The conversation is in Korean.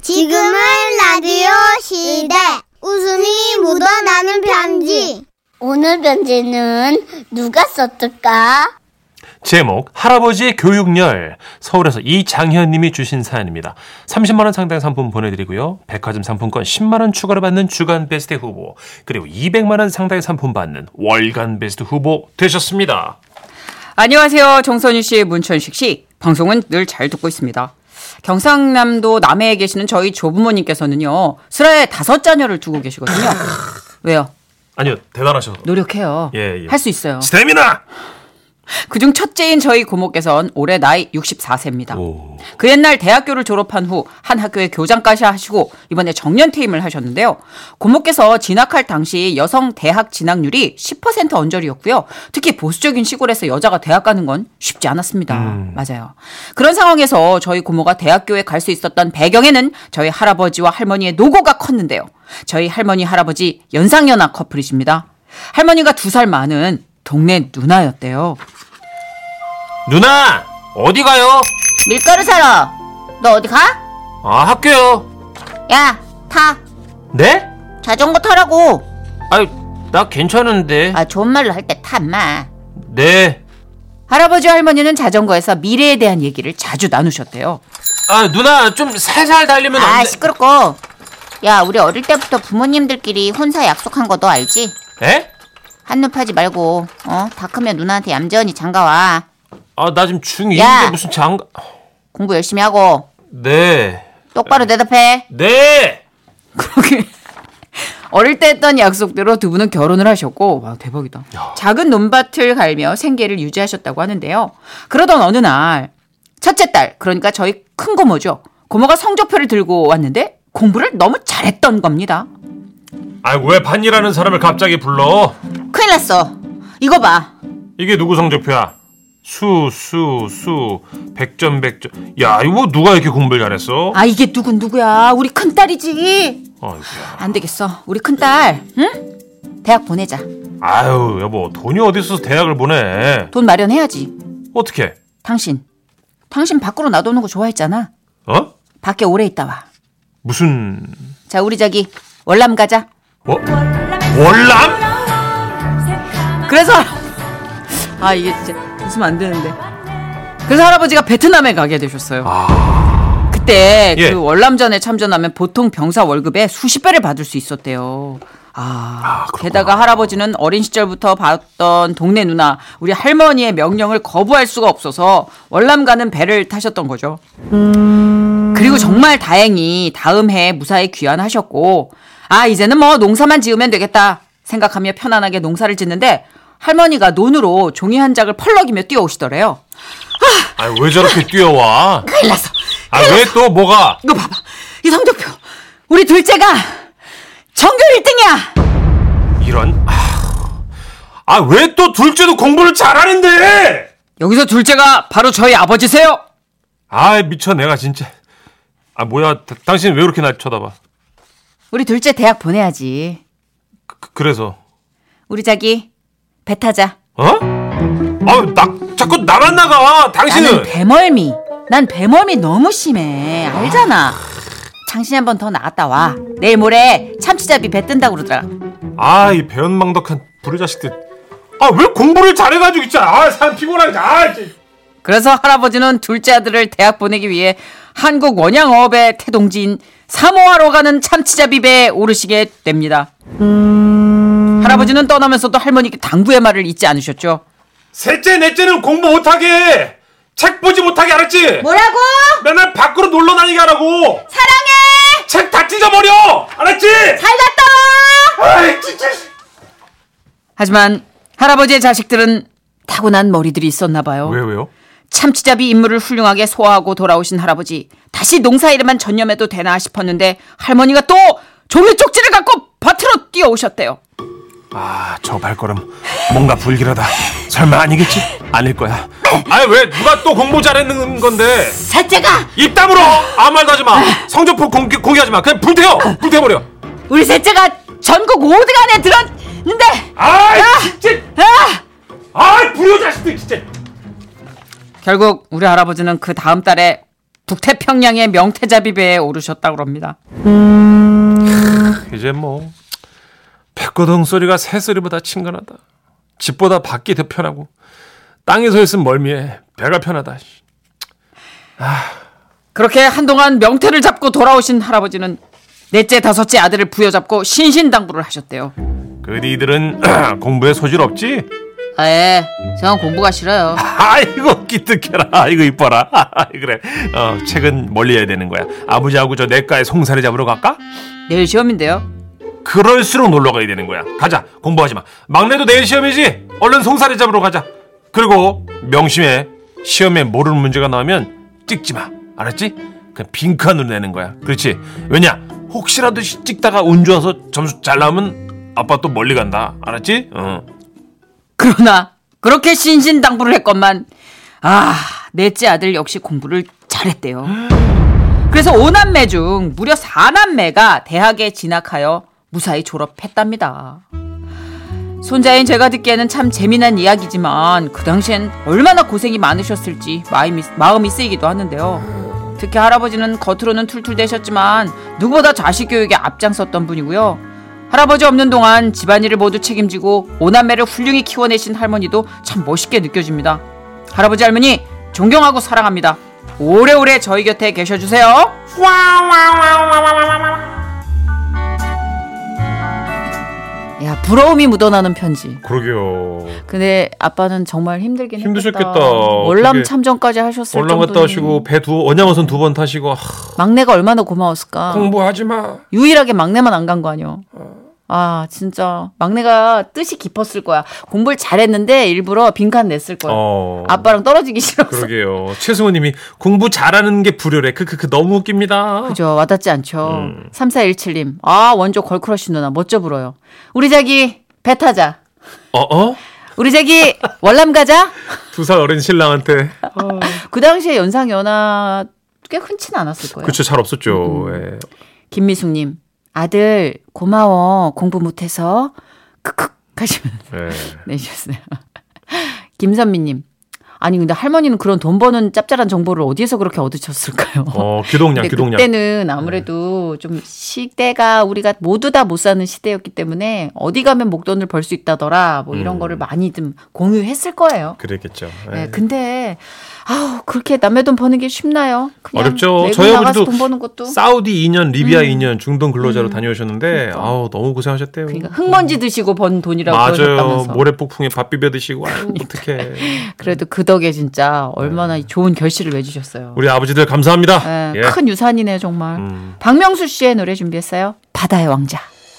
지금은 라디오 시대. 웃음이 묻어나는 편지. 오늘 편지는 누가 썼을까? 제목 할아버지의 교육열 서울에서 이장현님이 주신 사연입니다. 30만 원 상당 상품 보내드리고요. 백화점 상품권 10만 원 추가로 받는 주간 베스트 후보 그리고 200만 원 상당의 상품 받는 월간 베스트 후보 되셨습니다. 안녕하세요. 정선유 씨, 문천식 씨. 방송은 늘 잘 듣고 있습니다. 경상남도 남해에 계시는 저희 조부모님께서는요. 슬하에 다섯 자녀를 두고 계시거든요. 왜요? 아니요 대단하셔서 노력해요. 예, 예. 할 수 있어요. 스태미나. 그중 첫째인 저희 고모께선 올해 나이 64세입니다. 오. 그 옛날 대학교를 졸업한 후 한 학교의 교장까지 하시고 이번에 정년 퇴임을 하셨는데요. 고모께서 진학할 당시 여성 대학 진학률이 10% 언저리였고요. 특히 보수적인 시골에서 여자가 대학 가는 건 쉽지 않았습니다. 맞아요. 그런 상황에서 저희 고모가 대학교에 갈 수 있었던 배경에는 저희 할아버지와 할머니의 노고가 컸는데요. 저희 할머니 할아버지 연상연하 커플이십니다. 할머니가 두 살 많은 동네 누나였대요. 누나 어디 가요? 밀가루 사러. 너 어디 가? 아 학교요. 야, 타. 네? 자전거 타라고. 아나 괜찮은데. 아, 좋은 말로 할 때 타, 마. 네. 할아버지 할머니는 자전거에서 미래에 대한 얘기를 자주 나누셨대요. 아 누나 좀 살살 달리면 아 돼. 시끄럽고 야 우리 어릴 때부터 부모님들끼리 혼사 약속한 거 너 알지? 에? 한눈파지 말고 어 다 크면 누나한테 얌전히 장가와 아나 지금 중2인데 야. 무슨 장가? 공부 열심히 하고 네. 똑바로 대답해 네. 그러게. 어릴 때 했던 약속대로 두 분은 결혼을 하셨고 와 대박이다. 작은 논밭을 갈며 생계를 유지하셨다고 하는데요. 그러던 어느 날 첫째 딸 그러니까 저희 큰 고모죠. 고모가 성적표를 들고 왔는데 공부를 너무 잘했던 겁니다. 아왜 이 반이라는 사람을 갑자기 불러? 큰일 났어 이거 봐 이게 누구 성적표야? 수, 수, 수, 백점, 백점. 야, 이거 누가 이렇게 공부를 잘했어? 아 이게 누군 누구야? 우리 큰 딸이지. 아이고야. 안 되겠어. 우리 큰 딸. 응? 대학 보내자 아유, 여보, 돈이 어디 있어서 대학을 보내? 돈 마련해야지. 어떻게? 당신. 당신 밖으로 놔두는 거 좋아했잖아. 어? 밖에 오래 있다 와. 무슨? 자, 우리 저기 월남 가자. 어? 월남? 그래서 아 이게 진짜 웃으면 안 되는데. 그래서 할아버지가 베트남에 가게 되셨어요. 그때 예. 그 월남전에 참전하면 보통 병사 월급의 수십 배를 받을 수 있었대요. 아, 게다가 할아버지는 어린 시절부터 봤던 동네 누나, 우리 할머니의 명령을 거부할 수가 없어서 월남 가는 배를 타셨던 거죠. 그리고 정말 다행히 다음 해에 무사히 귀환하셨고, 아, 이제는 뭐 농사만 지으면 되겠다 생각하며 편안하게 농사를 짓는데, 할머니가 논으로 종이 한 장을 펄럭이며 뛰어오시더래요. 아유, 왜 저렇게 뛰어와? 큰일 났어. 아, 왜 또 뭐가? 이거 봐봐. 이 성적표. 우리 둘째가 전교 1등이야. 이런. 아, 왜 또 둘째도 공부를 잘하는데? 여기서 둘째가 바로 저희 아버지세요. 아, 미쳐, 내가 진짜. 아, 뭐야, 다- 당신 왜 그렇게 날 쳐다봐? 우리 둘째 대학 보내야지. 그- 그래서. 우리 자기 배 타자. 어? 아유, 나, 자꾸 나만 나가! 나는 당신은! 배멀미. 난 배멀미 너무 심해. 알잖아. 당신 한 번 더 나갔다 와. 내일 모레 참치잡이 배 뜬다고 그러더라. 아, 이 배은망덕한 불효자식들. 아, 왜 공부를 잘해가지고, 진짜. 아, 사람 피곤하게. 아, 진짜. 그래서 할아버지는 둘째 아들을 대학 보내기 위해 한국 원양어업의 태동지인 사모아로 가는 참치잡이 배에 오르시게 됩니다. 할아버지는 떠나면서도 할머니께 당부의 말을 잊지 않으셨죠. 셋째, 넷째는 공부 못하게! 책 보지 못하게, 알았지? 뭐라고? 맨날 밖으로 놀러 다니게 하라고! 사랑해 책 다 찢어버려! 알았지? 잘 갔다 와 아이, 진짜. 하지만 할아버지의 자식들은 타고난 머리들이 있었나 봐요. 왜, 왜요? 참치잡이 임무를 훌륭하게 소화하고 돌아오신 할아버지. 다시 농사일에만 전념해도 되나 싶었는데 할머니가 또 종이 쪽지를 갖고 밭으로 뛰어오셨대요. 아, 저 발걸음. 뭔가 불길하다. 설마 아니겠지? 아닐 거야. 아니, 왜 누가 또 공부 잘했는 건데? 셋째가 입 다물어! 아무 말도 하지 마! 성적표 공개, 공개하지 마! 그냥 불태워! 불태워버려! 우리 셋째가 전국 5등 안에 들었는데 아이, 진짜! 아! 아이, 불효자식들, 진짜! 결국 우리 할아버지는 그 다음 달에 북태평양의 명태잡이 배에 오르셨다고 합니다. 이제 뭐 백고동 소리가 새 소리보다 친근하다. 집보다 밖이 더 편하고 땅에 서 있으면 멀미해. 배가 편하다. 그렇게 한동안 명태를 잡고 돌아오신 할아버지는 넷째 다섯째 아들을 부여잡고 신신당부를 하셨대요. 그 니들은 공부에 소질 없지? 아, 예. 에, 저는 공부가 싫어요. 아이고 기특해라. 아이고 이뻐라. 그래. 어, 책은 멀리 해야 되는 거야. 아버지하고 저 내과에 송사리 잡으러 갈까? 내일 시험인데요. 그럴수록 놀러 가야 되는 거야. 가자. 공부하지 마. 막내도 내일 시험이지. 얼른 송사리 잡으러 가자. 그리고 명심해. 시험에 모르는 문제가 나오면 찍지 마. 알았지? 그냥 빈칸으로 내는 거야. 그렇지? 왜냐? 혹시라도 시- 찍다가 운 좋아서 점수 잘 나오면 아빠 또 멀리 간다. 알았지? 어. 그러나 그렇게 신신당부를 했건만 아 넷째 아들 역시 공부를 잘했대요. 그래서 5남매 중 무려 4남매가 대학에 진학하여 무사히 졸업했답니다. 손자인 제가 듣기에는 참 재미난 이야기지만 그 당시엔 얼마나 고생이 많으셨을지 마음이, 마음이 쓰이기도 하는데요. 특히 할아버지는 겉으로는 툴툴대셨지만 누구보다 자식 교육에 앞장섰던 분이고요. 할아버지 없는 동안 집안일을 모두 책임지고 오남매를 훌륭히 키워내신 할머니도 참 멋있게 느껴집니다. 할아버지 할머니 존경하고 사랑합니다. 오래오래 저희 곁에 계셔주세요. 야 부러움이 묻어나는 편지. 그러게요. 근데 아빠는 정말 힘들긴 힘드셨겠다. 했겠다. 월남 되게 참전까지 하셨을 올라 갔다 정도니 하시고 배 두 원양어선 두 번 타시고 막내가 얼마나 고마웠을까. 공부하지 어. 마. 유일하게 막내만 안 간 거 아니요. 아 진짜 막내가 뜻이 깊었을 거야. 공부를 잘했는데 일부러 빈칸 냈을 거야. 어. 아빠랑 떨어지기 싫어서. 그러게요. 최승호님이 공부 잘하는 게 불효래. 크크크 너무 웃깁니다. 그죠 와닿지 않죠. 음. 3417님 아 원조 걸크러쉬 누나 멋져 불어요. 우리 자기 배 타자. 어 어? 우리 자기 월남 가자. 두 살 어린 신랑한테 그 당시에 연상 연하 꽤 흔치는 않았을 거예요. 그쵸 잘 없었죠. 예. 김미숙님 아들 고마워 공부 못해서 크크 하시면 예. 내주셨어요. 김선미님 아니 근데 할머니는 그런 돈 버는 짭짤한 정보를 어디에서 그렇게 얻으셨을까요? 어 기동량 근데 기동량. 네. 그때는 아무래도 좀 시대가 우리가 모두 다 못 사는 시대였기 때문에 어디 가면 목돈을 벌 수 있다더라 뭐 이런 음. 거를 많이 좀 공유했을 거예요. 그랬겠죠. 예. 네, 근데 아우 그렇게 남의 돈 버는 게 쉽나요? 그냥 어렵죠. 외국 저희 나가서 아버지도 돈 버는 것도 사우디 2년, 리비아 음. 2년 중동 근로자로 다녀오셨는데 아우 너무 고생하셨대요. 그러니까 흙먼지 드시고 번 돈이라고 맞아요. 뭐- 그러셨다면서. 그러니까. 모래 폭풍에 밥 비벼 드시고 아유 어떡해. 그래도 그 덕에 진짜 얼마나 좋은 결실을 내주셨어요. 네. 우리 아버지들 감사합니다. 예, 예. 큰 유산이네요 정말. 음. 박명수 씨의 노래 준비했어요. 바다의 왕자.